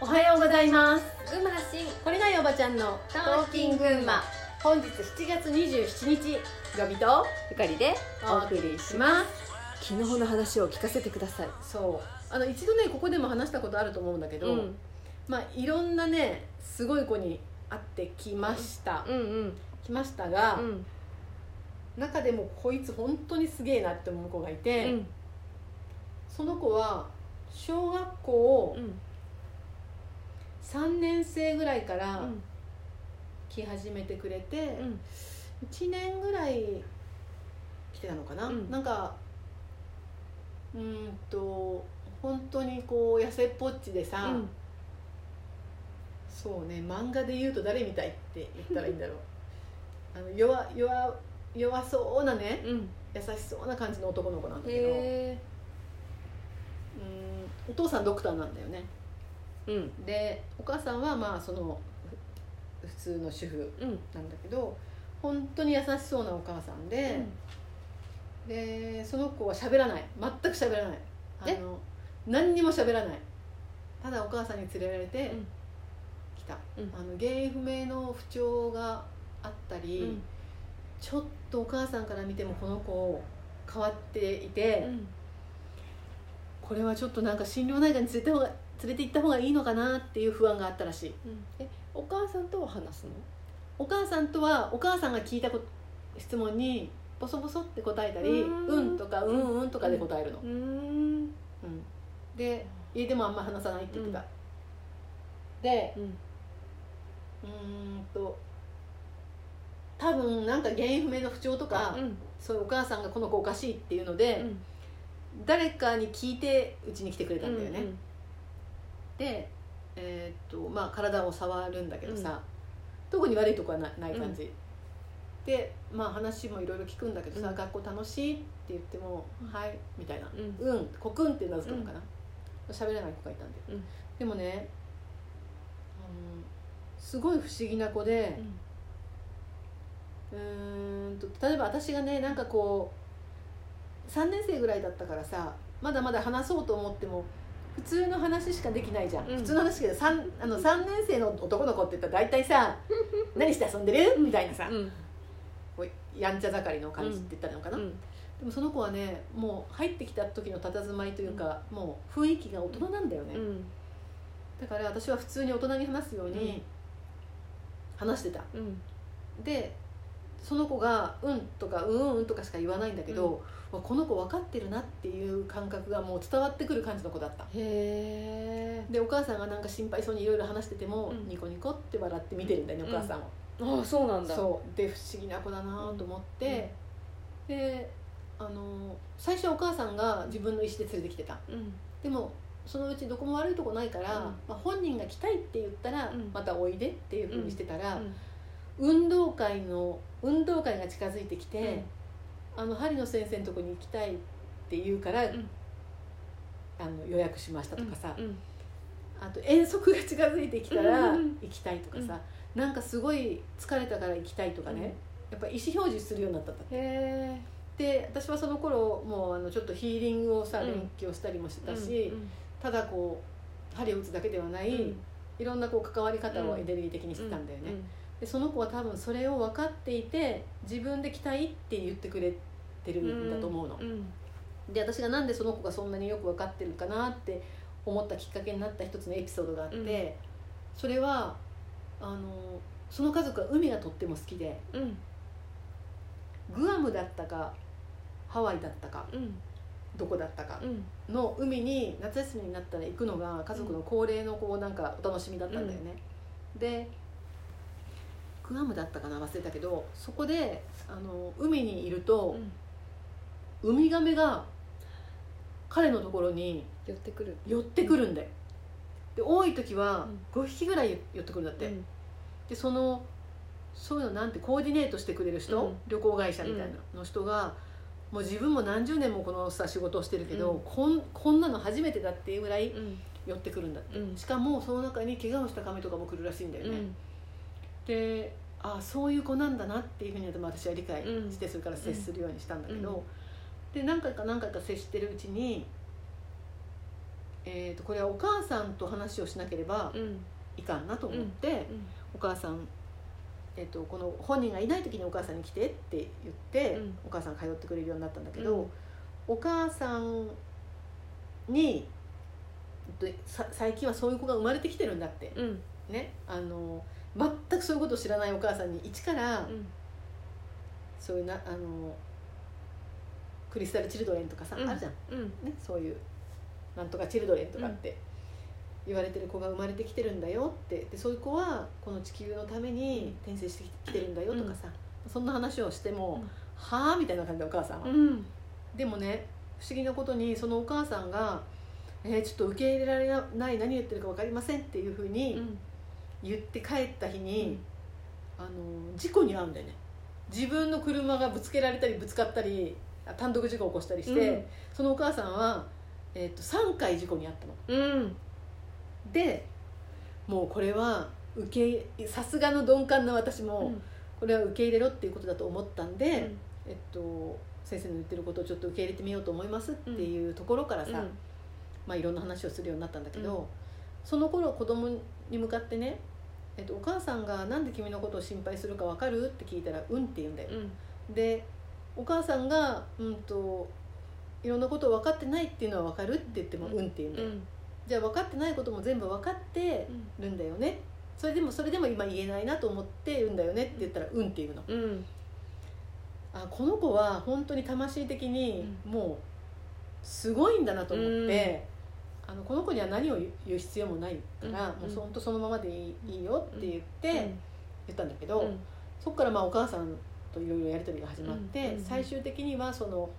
おはようございます群馬発信これないおばちゃんのトーキングンマ本日7月27日予備とゆかりでお送りします昨日の話を聞かせてくださいそうあの一度ねここでも話したことあると思うんだけど、うんまあいろんなねすごい子に会ってきました、うんうんきましたが、うん中でもこいつ本当にすげえなって思う子がいて、その子は小学校うん3年生ぐらいからうん来始めてくれて、うん1年ぐらい来てたのかな、うんなんかうーんと本当にこう痩せっぽっちでさ、うんそうね漫画で言うと誰みたいって言ったらいいんだろう あの弱弱弱そうなねうん優しそうな感じの男の子なんだけどうーんへお父さんドクターなんだよねえうんでお母さんはまあそのふ普通の主婦うんなんだけど本当に優しそうなお母さんで、でその子は喋らない全く喋らないあえの何にも喋らないただお母さんに連れられてうん来た、うんあの原因不明の不調があったり、うんちょっとお母さんから見てもこの子変わっていて、うんこれはちょっとなんか心療内科に連れた方が連れて行った方がいいのかなっていう不安があったらしいうんえお母さんとは話すのお母さんとはお母さんが聞いたこ質問にボソボソって答えたり「うーんうん」とか「うんうん」とかで答えるの、んうんで家でもあんま話さないって言ってた、でうんうーんと多分なんか原因不明の不調とか、うんそういうお母さんがこの子おかしいっていうので、ん誰かに聞いてうちに来てくれたんだよね、うんで、えーっとまあ、体を触るんだけどさ、特に悪いとこはなない感じ、で、まあ、話もいろいろ聞くんだけどさ、うん学校楽しいって言っても「はい」みたいなうんうんうん、コクンって名付けたのかな喋、らない子がいたんで、うんでもね、あのすごい不思議な子でう、んうーんと例えば私がねなんかこう3年生ぐらいだったからさまだまだ話そうと思っても普通の話しかできないじゃん、うん普通の話だけどさんあの3年生の男の子って言ったら大体 さ「何して遊んでる?」みたいなさ、うんこうやんちゃ盛りの感じって言ったらいいのかな、うんでもその子はねもう入ってきた時の佇まいというか、もう雰囲気が大人なんだよね、うんだから私は普通に大人に話すよううんに話してた、うんでその子が「うん」とか「うんうん」とかしか言わないんだけど、わこの子分かってるなっていう感覚がもう伝わってくる感じの子だったへえでお母さんがなんか心配そうにいろいろ話してても、うんニコニコって笑って見てるんだよねお母さんを、ああそうなんだそうで不思議な子だなと思って、であの最初はお母さんが自分の意思で連れてきてたうんでもそのうちどこも悪いとこないから、うんまあ、本人が来たいって言ったら、うんまたおいでっていうふうにしてたら、うん運動会の運動会が近づいてきて、あの針の先生のとこに行きたいって言うから、んあの予約しましたとかさ、うんあと遠足が近づいてきたらうん行きたいとかさ、なんかすごい疲れたから行きたいとかね、やっぱ意思表示するようになったんだってへえで私はその頃もうあのちょっとヒーリングをさうん勉強したりもしてたし、うんただこう針を打つだけではない、うんいろんなこう関わり方をエネルギー的にしてたんだよね、でその子は多分それを分かっていて自分で来たいって言ってくれてるんだと思うのう、んうんで私がなんでその子がそんなによく分かってるかなって思ったきっかけになった一つのエピソードがあって、うんそれはあのその家族は海がとっても好きでうんグアムだったかハワイだったかうんどこだったかうんの海に夏休みになったら行くのが家族の恒例のこうなんかお楽しみだったんだよね、でグアムだったかな忘れたけどそこであの海にいると、うんウミガメが彼のところに寄ってくる寄ってくるんだよで多い時は5匹ぐらい寄ってくるんだって、うんでそのそういうのなんてコーディネートしてくれる人、うん旅行会社みたいなの人が、もう自分も何十年もこのさ仕事をしてるけど、うんこんこんなの初めてだっていうぐらいうん寄ってくるんだってうんしかもその中に怪我をした亀とかも来るらしいんだよね、うんでああそういう子なんだなっていうふうに私は理解うんしてそれから接するようにしたんだけうんど、で何回か何回か接してるうちにえー、とこれはお母さんと話をしなければうんいかんなと思って、うんお母さん、えー、とこの本人がいない時にお母さんに来てって言って、うんお母さんが通ってくれるようになったんだけど、うんお母さんにでさ最近はそういう子が生まれてきてるんだって、うんね、あの全くそういうことを知らないお母さんに一から、うんそういうなあのクリスタル・チルドレンとかさ、うんあるじゃん、うんね、そういうなんとかチルドレンとかって言われてる子が生まれてきてるんだよってでそういう子はこの地球のために転生してきてるんだよとかさ、そんな話をしても、うんはあみたいな感じでお母さんは、うんでもね不思議なことにそのお母さんが「えーちょっと受け入れられない何言ってるか分かりません」っていうふうに言って帰った日に、あの事故に遭うんだよね自分の車がぶつけられたりぶつかったりあ単独事故を起こしたりして、うんそのお母さんは、えー、と3回事故に遭ったのうんでもうこれは受け入れさすがの鈍感な私うもんこれは受け入れろっていうことだと思ったんで、うんえっと、先生の言ってることをちょっと受け入れてみようと思いますっていうところからさ、まあ、いろんな話をするようになったんだけど、うんその頃子供に向かってね、えっと、お母さんが「なんで君のことを心配するかわかる?」って聞いたら「うん」って言うんだよう。んでお母さんが「うんといろんなことを分かってないっていうのは分かる?」って言っても「ううんん」って言うんだうよ、んじゃあ分かってないことも全部分かってるんだよねそれでもそれでも今言えないなと思って「うんだよね」って言ったら「うん」って言うのうんあこの子は本当に魂的にもうすごいんだなと思って、あのこの子には何を言う言う必要もないから、うもんう本当そのままでいい,、いいよって言って、言ったんだけど、うんそこからまあお母さんといろいろやり取りが始まって、うんうん最終的にはその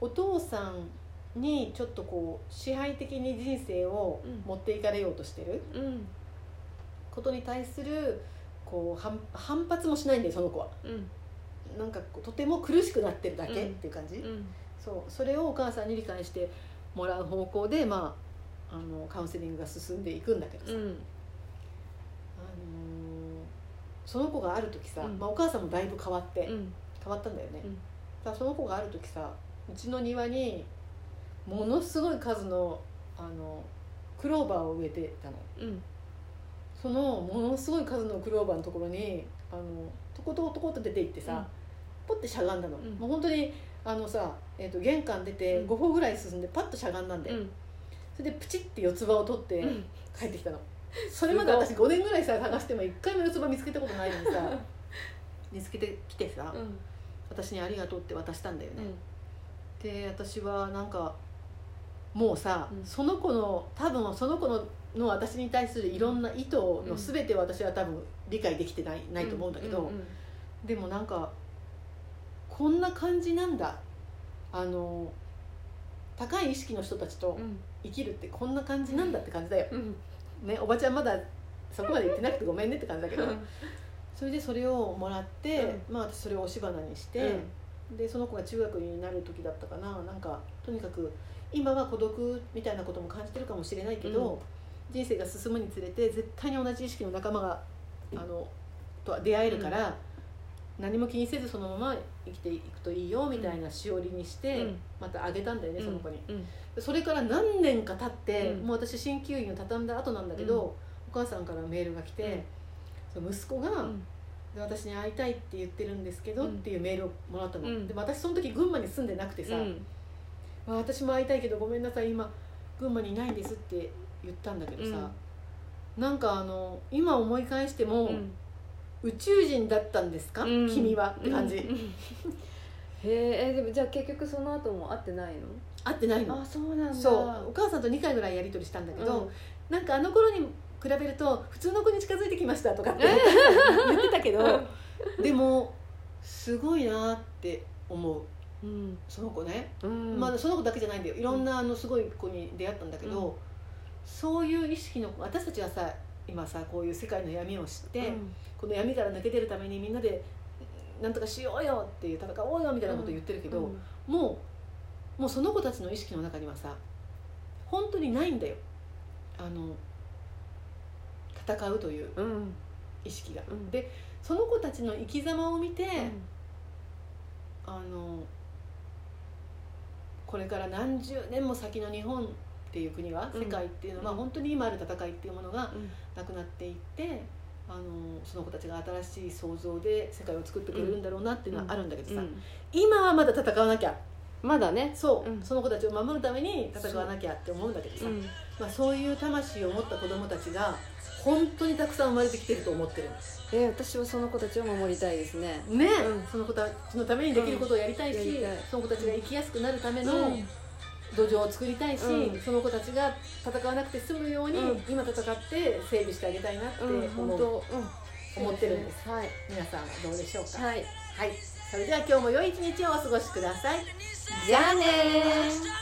お父さんにちょっとこう支配的に人生を持っていかれようとしてるうんことに対するこう反反発もしないんだよその子は。うんなんかこうとても苦しくなってるだけっていう感じ、うんそうそれをお母さんに理解してもらう方向で、まあ、あのカウンセリングが進んでいくんだけどさ、うあのーんその子がある時さ、うんまあ、お母さんもだいぶ変わって、うん変わったんだよね、うんだからその子がある時さうちの庭にものすごい数のあのクローバーを植えてたのうんそのものすごい数のクローバーのところにあのトコトコトコと出て行ってさ、うんポッてしゃがんだの、うんもう本当にあのさ、えー、と玄関出てうん5歩ぐらい進んでパッとしゃがんだんで、うんそれでプチって四つ葉を取ってうん帰ってきたの、それまで私5年ぐらいさ探しても1回も四つ葉見つけたことないのにさ 見つけてきてさ、うん私に「ありがとう」って渡したんだようね、んで私はなんかもうさ、うんその子の多分その子のの私に対するいろんな意図の全てを私は多分理解できてない,、ないと思うんだけど、んでもなんかこんな感じなんだあの高い意識の人たちとうん生きるってこんな感じなんだって感じだよ、うんね、おばちゃんまだそこまで言ってなくてごめんねって感じだけどそれでそれをもらって、まあ私それを押し花にして、でその子が中学になる時だったかななんかとにかく今は孤独みたいなことも感じてるかもしれないけど、人生が進むにつれて絶対に同じ意識の仲間があのと出会えるから、何も気にせずそのまま生きていくといいよみたいなしおりにして、うんまたあげたんだよね、その子に。うんそれから何年か経って、うんもう私鍼灸院を畳んだ後なんだけど、お母さんからメールが来て、その息子が、うんで私に会いたいって言ってるんですけど、うんっていうメールをもらったの、うんでも私その時群馬に住んでなくてさ、うんまあ私も会いたいけどごめんなさい今群馬にいないんですって言ったんだけどさ、なんかあの今思い返しても、うん宇宙人だったんですか、うん君はって感じ、うんへええでもじゃあ結局その後も会ってないの会ってないのあそうなんだそうお母さんと2回ぐらいやり取りしたんだけど、うんなんかあの頃に比べると普通の子に近づいてきましたとかって言ってたけどでもすごいなって思ううんその子ねうんまあ、その子だけじゃないんだよいろんなあのすごい子に出会ったんだけど、うそういう意識の私たちはさ今さこういう世界の闇を知って、うんこの闇から抜け出るためにみんなでなんとかしようよっていう戦おうよみたいなこと言ってるけど、うんもうもうその子たちの意識の中にはさ本当にないんだよあの戦うといううん意識が。うんでその子たちの生き様を見て、うんあのこれから何十年も先の日本っていう国はうん世界っていうのは、まあうん本当に今ある戦いっていうものがうんなくなっていってあのその子たちが新しい想像で世界を作ってくれるんだろうなっていうのはあるんだけどさ、うん今はまだ戦わなきゃまだねそう、うんその子たちを守るために戦わなきゃって思うんだけどさ、うんまあ、そういう魂を持った子供たちが本当にたくさん生まれてきてると思ってるんですえー私はその子たちを守りたいですねね、うんその子たちのためにできることをやりたいし、うんやりたいその子たちが生きやすくなるためのの土壌を作りたいし、うんその子たちが戦わなくて済むように、うん今戦って整備してあげたいなって思う、うん本当うん思ってるんですはい皆さんはどうでしょうかはいはい、それでは今日も良い一日をお過ごしくださいじゃあねー